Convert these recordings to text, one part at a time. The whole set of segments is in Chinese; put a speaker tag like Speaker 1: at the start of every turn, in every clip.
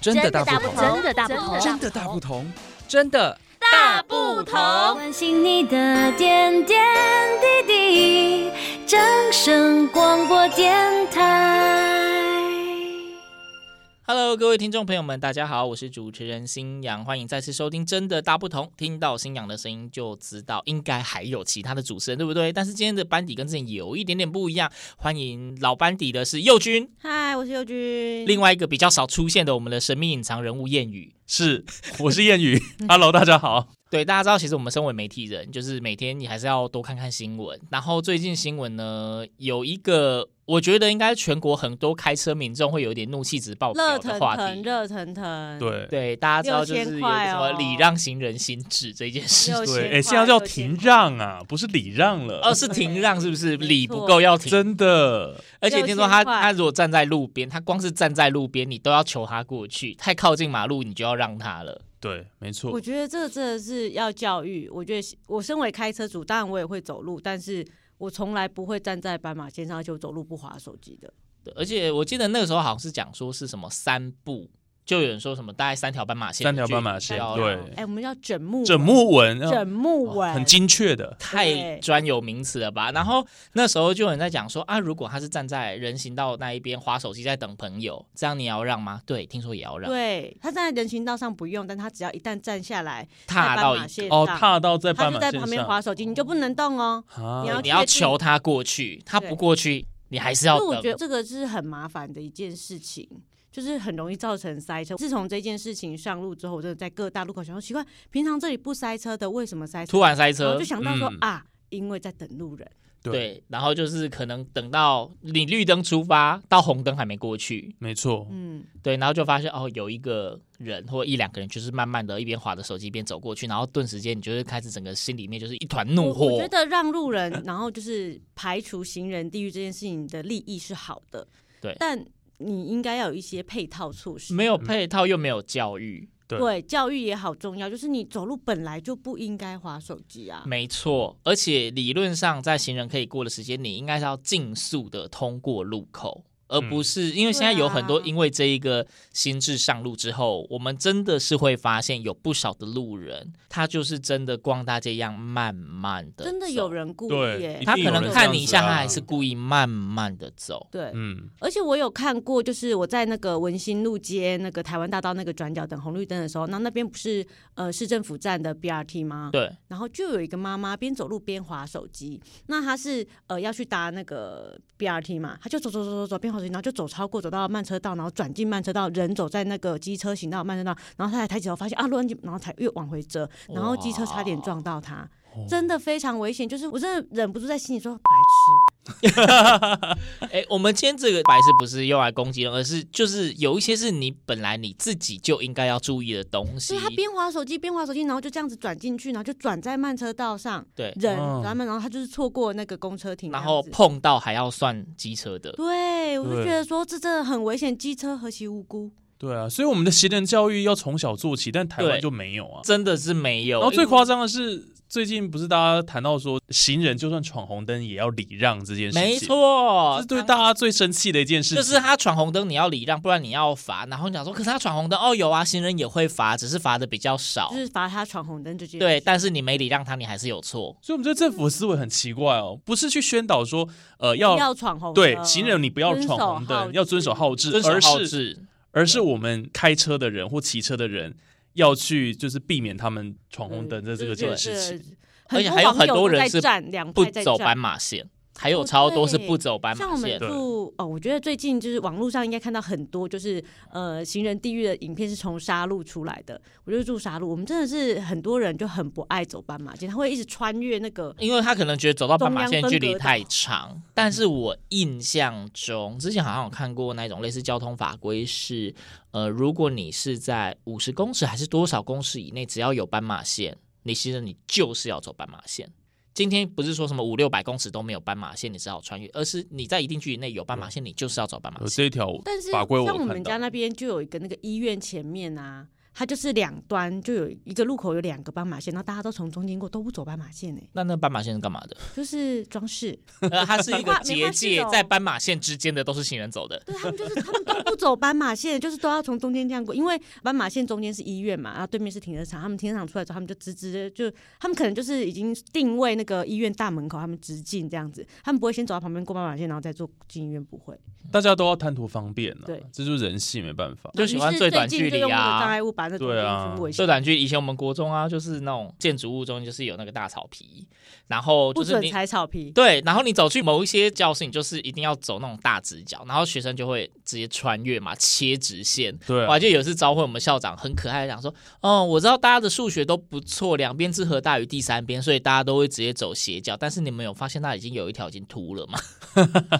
Speaker 1: 真的大不
Speaker 2: 不
Speaker 1: 同，
Speaker 2: 同
Speaker 3: 真的大不同，
Speaker 1: 真的大不同，真的
Speaker 3: 大不同。
Speaker 2: 关心你的点点滴滴，掌声广播电台。
Speaker 4: Hello，各位听众朋友们，大家好，我是主持人新阳，欢迎再次收听《真的大不同》。听到新阳的声音就知道，应该还有其他的主持人，对不对？但是今天的班底跟之前有一点点不一样，欢迎老班底的是佑君，
Speaker 3: 嗨，我是佑君。
Speaker 4: 另外一个比较少出现的我们的神秘隐藏人物谚语。
Speaker 1: 是，我是谚语，Hello，大家好，
Speaker 4: 对，大家知道，其实我们身为媒体人，就是每天你还是要多看看新闻。然后最近新闻呢，有一个我觉得应该全国很多开车民众会有点怒气值爆表
Speaker 3: 热
Speaker 4: 的
Speaker 3: 腾
Speaker 4: 话
Speaker 3: 腾，
Speaker 4: 题。
Speaker 3: 热腾腾。，
Speaker 1: 对
Speaker 4: 对，大家知道就是
Speaker 3: 6000
Speaker 4: 有什
Speaker 3: 块哦
Speaker 4: 么礼让行人心智这件事
Speaker 3: 6000
Speaker 4: 情，
Speaker 1: 对，
Speaker 3: 块
Speaker 1: 哎，现在叫停让啊，不是礼让 了，
Speaker 4: 哦，是停让是不是？
Speaker 3: 没错
Speaker 4: 礼不够要停，
Speaker 1: 真的，
Speaker 4: 而且听说他
Speaker 3: 6000块
Speaker 4: 他如果站在路边，他光是站在路边，你都要求他过去，太靠近马路你就要让他了。
Speaker 1: 对，没
Speaker 3: 我
Speaker 1: 错，
Speaker 3: 觉得这个真的是要教育。我觉得我身为开车主，当然我也会走路，但是我从来不会站在斑马线上，而且我走路不划手机的。
Speaker 4: 对而且我记得那个时候好像是讲说是什么三步，就有人说什么大概三条斑马线，
Speaker 1: 三条斑马线
Speaker 4: 要
Speaker 1: 对
Speaker 3: 哎，我们叫整木
Speaker 1: 整木纹，
Speaker 3: 整木
Speaker 1: 哦
Speaker 3: 纹，
Speaker 1: 很精确的，
Speaker 4: 太
Speaker 3: 对
Speaker 4: 专有名词了吧？然后那时候就有人在讲说啊，如果他是站在人行道那一边划手机在等朋友，这样你也要让吗？对，听说也要让，
Speaker 3: 对，他站在人行道上不用，但他只要一旦站下来，
Speaker 4: 踏
Speaker 3: 在
Speaker 4: 到
Speaker 3: 斑
Speaker 4: 一
Speaker 3: 马线
Speaker 1: 哦，
Speaker 3: 上
Speaker 1: 踏到在
Speaker 3: 他
Speaker 1: 斑
Speaker 3: 就
Speaker 1: 马
Speaker 3: 在
Speaker 1: 线
Speaker 3: 旁边
Speaker 1: 上
Speaker 3: 划手机，你就不能动哦。
Speaker 1: 啊
Speaker 3: 你要
Speaker 4: 你要
Speaker 3: 确定
Speaker 4: 求他过去，他不
Speaker 3: 对
Speaker 4: 过去，你还是
Speaker 3: 因
Speaker 4: 要
Speaker 3: 为我觉得
Speaker 4: 等。
Speaker 3: 这个是很麻烦的一件事情，就是很容易造成塞车。自从这件事情上路之后，我真的在各大路口想说，奇怪，平常这里不塞车的，为什么塞车？
Speaker 4: 突然塞
Speaker 3: 然后
Speaker 4: 车
Speaker 3: 就，想到说、
Speaker 1: 嗯
Speaker 3: 啊，因为在等路人。
Speaker 1: 对，
Speaker 4: 对，然后就是可能等到你绿灯出发，到红灯还没过去，
Speaker 1: 没错，
Speaker 3: 嗯，
Speaker 4: 对，然后就发现哦，有一个人或一两个人，就是慢慢的一边划着手机一边走过去，然后顿时间你就是开始整个心里面就是一团怒
Speaker 3: 我我
Speaker 4: 火
Speaker 3: 觉，得让路人，然后就是排除行人地狱这件事情的利益是好的，
Speaker 4: 对
Speaker 3: 但你应该要有一些配套措施。
Speaker 4: 没有配套又没有教育，
Speaker 1: 对
Speaker 3: 对，教育也好重要，就是你走路本来就不应该划手机啊。
Speaker 4: 没错，而且理论上在行人可以过的时间，你应该是要尽速的通过路口。而不是因为现在有很多，
Speaker 3: 对啊
Speaker 4: 因为这一个心智上路之后，我们真的是会发现有不少的路人，他就是真的逛大街一样慢慢的，
Speaker 3: 真的有，人故
Speaker 1: 对
Speaker 3: 意耶、
Speaker 1: 一
Speaker 4: 他
Speaker 1: 定
Speaker 4: 可
Speaker 1: 有
Speaker 4: 能
Speaker 1: 人
Speaker 4: 看
Speaker 1: 这
Speaker 4: 你
Speaker 1: 样
Speaker 4: 一
Speaker 1: 子
Speaker 4: 下，
Speaker 1: 啊
Speaker 4: 他还是故意慢慢的走。
Speaker 3: 对，
Speaker 1: 嗯，
Speaker 3: 而且我有看过，就是我在那个文心路街那个台湾大道那个转角等红绿灯的时候，那那边不是呃市政府站的 BRT 吗？
Speaker 4: 对，
Speaker 3: 然后就有一个妈妈边走路边划手机，那她是呃要去搭那个 BRT 嘛，她就走走走走走边划手机，然后就走超过走到慢车道，然后转进慢车道，人走在那个机车行道慢车道，然后她才抬起头发现啊乱进，然后才越往回折，然后机车差点撞到她，真的非常危险，就是我真的忍不住在心里说白痴，
Speaker 4: 哎、我们今天这个白是不是用来攻击人，而是就是有一些是你本来你自己就应该要注意的东西
Speaker 3: 所以。她边划手机边划手机，然后就这样子转进去，然后就转在慢车道上，
Speaker 4: 对，
Speaker 3: 人
Speaker 1: 嗯
Speaker 3: 然后然后她就是错过那个公车停这
Speaker 4: 然
Speaker 3: 样子，
Speaker 4: 后碰到还要算机车的，
Speaker 3: 对，我就
Speaker 1: 对
Speaker 3: 觉得说这真的很危险，机车何其无辜。
Speaker 1: 对啊，所以我们的行人教育要从小做起，但台
Speaker 4: 对
Speaker 1: 湾就没有啊。
Speaker 4: 真的是没有。
Speaker 1: 然后最夸张的是，最近不是大家谈到说，行人就算闯红灯也要礼让这件事情，
Speaker 4: 没
Speaker 1: 这
Speaker 4: 错
Speaker 1: 是，对大家最生气的一件事情。
Speaker 4: 就是他闯红灯你要礼让，不然你要罚。然后你想说，可是他闯红灯哦，有啊，行人也会罚，只是罚的比较少
Speaker 3: 就。是罚他闯红灯这件事。
Speaker 4: 对，但是你没礼让他，你还是有错。
Speaker 1: 所以我们这政府的思维很奇怪哦，不是去宣导说，呃，要
Speaker 3: 要闯红灯，
Speaker 1: 对行人你不要闯红
Speaker 3: 遵守号
Speaker 1: 灯，
Speaker 3: 志
Speaker 1: 要遵守号志，
Speaker 4: 遵守号
Speaker 1: 而是
Speaker 4: 志，
Speaker 1: 而是我们开车的人或骑车的人要去就是避免他们闯红灯的这个这件事情。
Speaker 3: 情，
Speaker 4: 而且还有很多人是
Speaker 3: 在站两
Speaker 4: 不
Speaker 3: 派在
Speaker 4: 走
Speaker 3: 站
Speaker 4: 斑马线，还有
Speaker 3: 哦
Speaker 4: 超多
Speaker 3: 对
Speaker 4: 是不走斑
Speaker 3: 像
Speaker 4: 马
Speaker 3: 我
Speaker 4: 线
Speaker 3: 们。住哦，我觉得最近就是网络上应该看到很多就是呃行人地狱的影片是从沙路出来的。我就是住沙路，我们真的是很多人就很不爱走斑马线，他会一直穿越那个
Speaker 4: 因为他可能觉得走到斑马线距离
Speaker 3: 中央分隔岛嗯
Speaker 4: 太长，但是我印象中之前好像有看过那种类似交通法规是，呃，如果你是在五十公尺还是多少公尺以内，只要有斑马线，你其实你就是要走斑马线。今天不是说什么五六百公尺都没有斑马线，你只好穿越，而是你在一定距离内有斑马线，你就是要走斑马
Speaker 1: 有
Speaker 4: 线。
Speaker 1: 这一条
Speaker 3: 但是
Speaker 1: 法规我
Speaker 3: 像我
Speaker 1: 看
Speaker 3: 们家
Speaker 1: 到，
Speaker 3: 那边就有一个那个医院前面啊，它就是两端就有一个路口有两个斑马线，然后大家都从中间过，都不走斑马线呢、欸
Speaker 4: 那那斑马线是干嘛的？
Speaker 3: 就是装饰。
Speaker 4: 呃，它是一
Speaker 3: 没
Speaker 4: 个
Speaker 3: 话没
Speaker 4: 结
Speaker 3: 话
Speaker 4: 界
Speaker 3: 是，哦
Speaker 4: 在斑马线之间的都是行人走的。
Speaker 3: 对他们就是他们都不走斑马线，就是都要从中间这样过，因为斑马线中间是医院嘛，然后对面是停车场，他们停车场出来之后，他们就直直的就他们可能就是已经定位那个医院大门口，他们直进这样子，他们不会先走到旁边过斑马线，然后再坐进医院，不会。
Speaker 1: 大家都要贪图方便啊
Speaker 3: 对，
Speaker 1: 这就是人性，没办法。
Speaker 4: 就喜欢
Speaker 3: 于是
Speaker 4: 最短
Speaker 3: 近
Speaker 4: 距
Speaker 3: 就
Speaker 4: 离
Speaker 3: 用那个
Speaker 4: 啊
Speaker 3: 障碍物把那中
Speaker 1: 对啊
Speaker 3: 间围起
Speaker 4: 最
Speaker 3: 来。
Speaker 4: 短距离，以前我们国中啊，就是那种建筑物中间就是有那个大草皮，然后
Speaker 3: 不
Speaker 4: 就是
Speaker 3: 准
Speaker 4: 你
Speaker 3: 踩草皮，
Speaker 4: 对，然后你走去某一些教室，你就是一定要走那种大直角，然后学生就会直接穿越嘛，切直线。
Speaker 1: 对
Speaker 4: 我
Speaker 1: 啊
Speaker 4: 还，记得有一次招会，我们校长很可爱，讲说，哦，我知道大家的数学都不错，两边之和大于第三边，所以大家都会直接走斜角。但是你们有发现它已经有一条已经秃了吗？。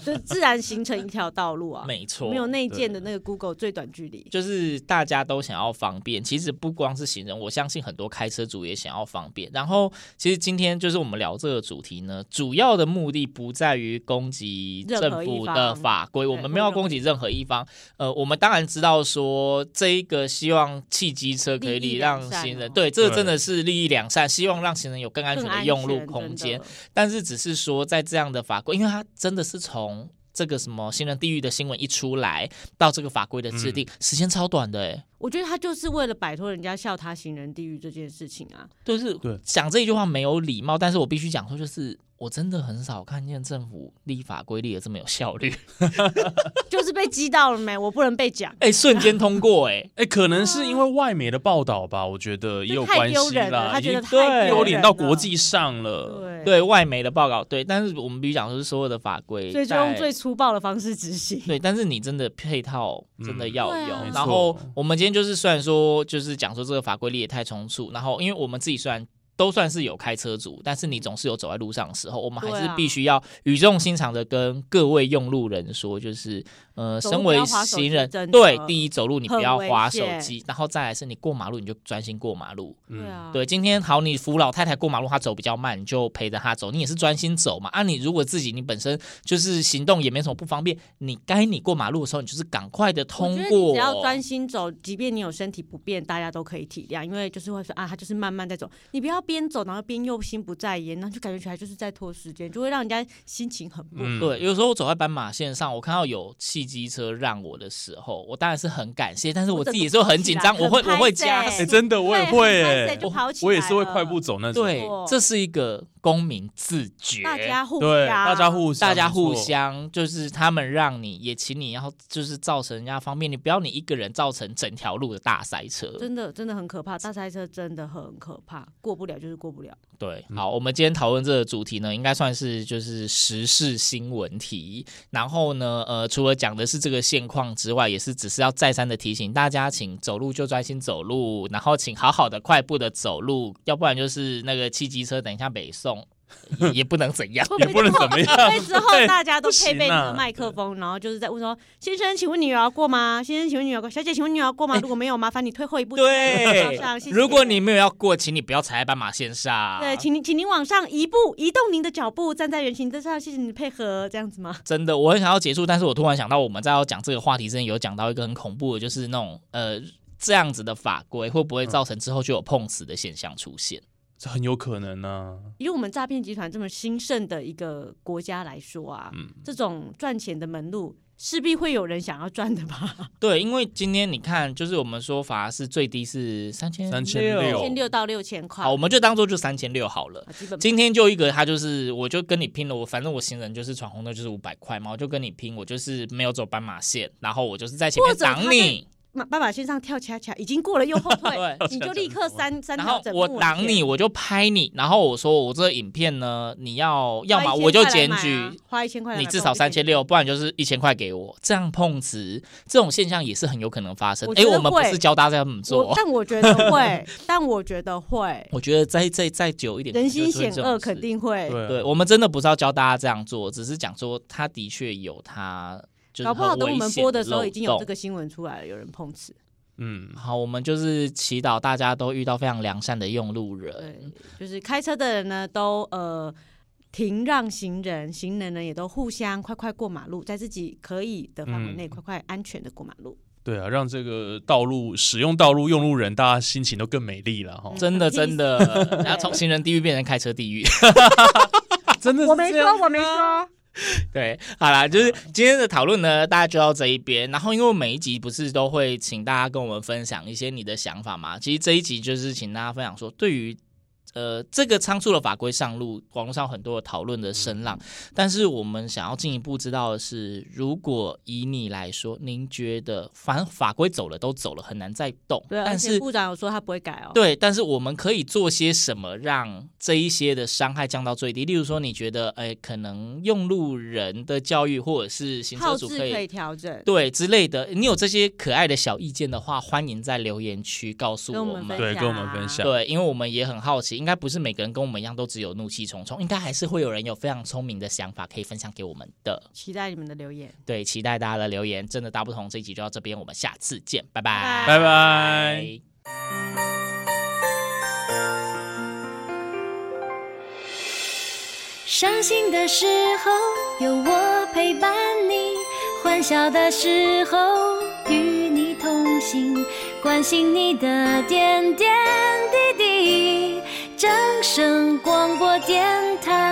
Speaker 3: 就自然形成一条道路啊
Speaker 4: 没错，
Speaker 3: 没有内建的那个 Google 最短距离，
Speaker 4: 就是大家都想要方便，其实不光是行人，我相信很多开车族也想要方便。然后，其实今天就是我们聊这个主题呢，主要的目的不在于攻击政府的法规，
Speaker 3: 任何一方
Speaker 4: 我们没有要攻击任何一方。呃，我们当然知道说这一个希望汽机车可
Speaker 3: 利
Speaker 4: 以
Speaker 3: 益
Speaker 4: 让
Speaker 3: 良善
Speaker 4: 行人
Speaker 3: 哦
Speaker 4: 对这个
Speaker 1: 对
Speaker 4: 真的是利益两善，希望让行人有更安
Speaker 3: 更
Speaker 4: 全
Speaker 3: 安全
Speaker 4: 的用路空间
Speaker 3: 真。的
Speaker 4: 但是只是说在这样的法规，因为它真的是从这个什么新人地狱的新闻一出来，到这个法规的制定，时间超短的哎、
Speaker 3: 我觉得他就是为了摆脱人家笑他行人地狱这件事情啊。
Speaker 4: 就是
Speaker 1: 对
Speaker 4: 讲这一句话没有礼貌，但是我必须讲说，就是我真的很少看见政府立法规立的这么有效率，
Speaker 3: 就是被击到了没？我不能被讲，
Speaker 4: 哎、瞬间通过哎、
Speaker 1: 哎，可能是因为外媒的报道吧，我觉得也有关
Speaker 3: 啊就太丢
Speaker 1: 系
Speaker 3: 人了，
Speaker 1: 啦，
Speaker 3: 他
Speaker 1: 已
Speaker 3: 觉得太
Speaker 1: 经
Speaker 4: 对
Speaker 3: 丢
Speaker 1: 丢
Speaker 3: 人
Speaker 1: 脸
Speaker 3: 了
Speaker 1: 到国，际上 了。
Speaker 3: 对，
Speaker 4: 对外媒的报告对，但是我们必须讲说，所有的法规
Speaker 3: 所以就
Speaker 4: 在
Speaker 3: 用最粗暴的方式执行。
Speaker 4: 对，但是你真的配套真的
Speaker 1: 嗯
Speaker 4: 要
Speaker 3: 对
Speaker 4: 有。
Speaker 3: 啊没
Speaker 4: 然后
Speaker 1: 错
Speaker 4: 我们今天就是虽然说就是讲说这个法规列得太冲促，然后因为我们自己虽然。都算是有开车族，但是你总是有走在路上的时候，我们还
Speaker 3: 对
Speaker 4: 是
Speaker 3: 啊
Speaker 4: 必须要语重心长的跟各位用路人说，就是呃，
Speaker 3: 走路
Speaker 4: 身
Speaker 3: 不
Speaker 4: 为
Speaker 3: 要滑手
Speaker 4: 行
Speaker 3: 机
Speaker 4: 人，
Speaker 3: 真的
Speaker 4: 对，第一走路你不
Speaker 3: 很
Speaker 4: 要
Speaker 3: 危
Speaker 4: 滑手
Speaker 3: 险
Speaker 4: 机，然后再来是你过马路你就专心过马路，
Speaker 1: 嗯，
Speaker 3: 啊，
Speaker 4: 对，今天好，你扶老太太过马路，她走比较慢，你就陪着她走，你也是专心走嘛。啊，你如果自己你本身就是行动也没什么不方便，你该你过马路的时候，你就是赶快的
Speaker 3: 我
Speaker 4: 通
Speaker 3: 觉得
Speaker 4: 过。
Speaker 3: 你只要专心走，即便你有身体不便，大家都可以体谅，因为就是会说啊，他就是慢慢在走，你不要边走然后边又心不在焉，然后就感觉起来就是在拖时间，就会让人家心情很不好。
Speaker 1: 嗯，
Speaker 4: 对，有时候我走在斑马线上，我看到有汽机车让我的时候，我当然是很感谢，但是我
Speaker 3: 我
Speaker 4: 自
Speaker 3: 整
Speaker 4: 己
Speaker 3: 个
Speaker 4: 也是很紧张，
Speaker 3: 起来
Speaker 4: 我会
Speaker 3: 很
Speaker 4: 我会
Speaker 3: 拍
Speaker 4: 加
Speaker 3: 手
Speaker 4: 速
Speaker 1: 哎，真的我也会
Speaker 3: 很拍
Speaker 1: 哎
Speaker 3: 摄，就跑起
Speaker 1: 我也是会
Speaker 3: 来了
Speaker 1: 快步走那种。
Speaker 4: 对
Speaker 3: 错，
Speaker 4: 这是一个公民自觉，
Speaker 3: 大家互
Speaker 1: 对，
Speaker 3: 加
Speaker 1: 大家互相
Speaker 4: 大家互
Speaker 1: 没错
Speaker 4: 相就是他们让你，也请你要就是造成人家方便，你不要你一个人造成整条路的大塞车。
Speaker 3: 真的真的很可怕，大塞车真的很可怕，过不了就是过不了。
Speaker 4: 对，好，我们今天讨论这个主题呢，应该算是就是时事新闻题。然后呢，呃，除了讲的是这个现况之外，也是只是要再三的提醒大家，请走路就专心走路，然后请好好的快步的走路，要不然就是那个汽机车等一下北送也 也不能怎 样。
Speaker 1: 也不能怎么样
Speaker 3: 所以之后
Speaker 1: 对
Speaker 3: 大家都
Speaker 1: 不行
Speaker 3: 配备那
Speaker 1: 啊
Speaker 3: 个麦克风，然后就是在问说：“先生，请问女儿要过吗？先生，请问女儿要过？小姐，请问女儿要过
Speaker 1: 哎
Speaker 3: 吗？如果没有，麻烦你退后一步。”
Speaker 4: 对
Speaker 3: 上，谢谢
Speaker 4: 如果你没有要过，请你不要踩在斑马线上。
Speaker 3: 对，请您，请您往上一步，移动您的脚步，站在人行之上，谢谢你的配合，这样子吗？
Speaker 4: 真的，我很想要结束，但是我突然想到，我们在要讲这个话题之前，有讲到一个很恐怖的，就是那种呃这样子的法规会不会造成之后就有碰瓷的现象出现？
Speaker 1: 这很有可能啊呢、
Speaker 3: 以我们诈骗集团这么兴盛的一个国家来说啊，
Speaker 1: 嗯
Speaker 3: 这种赚钱的门路势必会有人想要赚的吧？
Speaker 4: 对，因为今天你看，就是我们说法是最低是三千
Speaker 1: 有
Speaker 3: 千六到六千块，
Speaker 4: 好，我们就当做就三千六好了。
Speaker 3: 啊基本
Speaker 4: 今天就一个，他就是，我就跟你拼了，我反正我行人就是闯红灯就是五百块嘛，我就跟你拼，我就是没有走斑马线，然后我就是在前面
Speaker 3: 或者他
Speaker 4: 挡你，
Speaker 3: 妈爸爸线上跳恰恰，已经过了又后退，
Speaker 4: 对
Speaker 3: 你就立刻三三
Speaker 4: 然
Speaker 3: 条
Speaker 4: 后
Speaker 3: 整
Speaker 4: 我
Speaker 3: 部
Speaker 4: 挡你，我就拍你，然后我说我这个影片呢，你要要么
Speaker 3: 哦花一千
Speaker 4: 我就
Speaker 3: 块来
Speaker 4: 检
Speaker 3: 买啊
Speaker 4: 举，
Speaker 3: 花一千块来买，
Speaker 4: 你
Speaker 3: 不
Speaker 4: 至少
Speaker 3: 然我
Speaker 4: 三
Speaker 3: 就检
Speaker 4: 千
Speaker 3: 举。
Speaker 4: 六，不然就是一千块给我，这样碰瓷这种现象也是很有可能发生
Speaker 3: 我。
Speaker 4: 哎，
Speaker 3: 觉得
Speaker 4: 我们不
Speaker 3: 会
Speaker 4: 是教大家怎么
Speaker 3: 我
Speaker 4: 做，
Speaker 3: 但我觉得会，但我觉得 会，
Speaker 4: 我觉得再再再久一点，
Speaker 3: 人
Speaker 4: 就
Speaker 3: 心
Speaker 4: 是
Speaker 3: 险
Speaker 4: 这种
Speaker 3: 恶，
Speaker 4: 事
Speaker 3: 肯。定会。
Speaker 1: 对啊
Speaker 4: 对我们真的不是要教大家这样做，只是讲说他的确有他，就是
Speaker 3: 搞不好
Speaker 4: 很
Speaker 3: 等我
Speaker 4: 危
Speaker 3: 们
Speaker 4: 险
Speaker 3: 播的时候，
Speaker 4: 漏
Speaker 3: 已经有
Speaker 4: 洞
Speaker 3: 这个新闻出来了，有人碰瓷。
Speaker 1: 嗯，
Speaker 4: 好，我们就是祈祷大家都遇到非常良善的用路人
Speaker 3: 对。，就是开车的人呢，都呃停让行人，
Speaker 4: 嗯
Speaker 3: 行人呢也都互相快快过马路，在自己可以的范围内，快快安全的过马路。
Speaker 1: 对啊，让这个道路使用道路用路人大家心情都更美丽了哈。
Speaker 4: 真的真的，
Speaker 3: 嗯
Speaker 4: 然后从行人地狱变成开车地狱。
Speaker 1: 真的是
Speaker 3: 我没
Speaker 1: 这样嗯
Speaker 3: 说，我没说，
Speaker 4: 对，好啦，就是今天的讨论呢，大家就到这一边。然后，因为每一集不是都会请大家跟我们分享一些你的想法嘛？其实这一集就是请大家分享说，对于呃这个仓促的法规上路，网络上有很多的讨论的声浪。
Speaker 1: 嗯
Speaker 4: 但是我们想要进一步知道的是，如果以你来说，您觉得反正法规走了都走了，很难再动，
Speaker 3: 对，而
Speaker 4: 但
Speaker 3: 且
Speaker 4: 是。
Speaker 3: 部长有说他不会改哦。
Speaker 4: 对，但是我们可以做些什么，让这一些的伤害降到最低？例如说，你觉得，哎，可能用路人的教育，或者是行
Speaker 3: 号
Speaker 4: 车组
Speaker 3: 字
Speaker 4: 可以
Speaker 3: 可以调整，
Speaker 4: 对之类的，你有这些可爱的小意见的话，欢迎在留言区告诉
Speaker 3: 跟我
Speaker 4: 我
Speaker 3: 们
Speaker 4: 们。
Speaker 1: 对跟我们分享
Speaker 4: 对，因为我们也很好奇，应该不是每个人跟我们一样都只有怒气冲冲，应该还是会有人有非常聪明的想法可以分享给我们的。
Speaker 3: 期待你们的留言。
Speaker 4: 对，期待大家的留言，真的大不同。这一集就到这边，我们下次见，拜拜，
Speaker 1: 拜拜。
Speaker 2: 伤心的时候有我陪伴你，欢笑的时候与你同行，关心你的点点滴滴。掌声广播电台。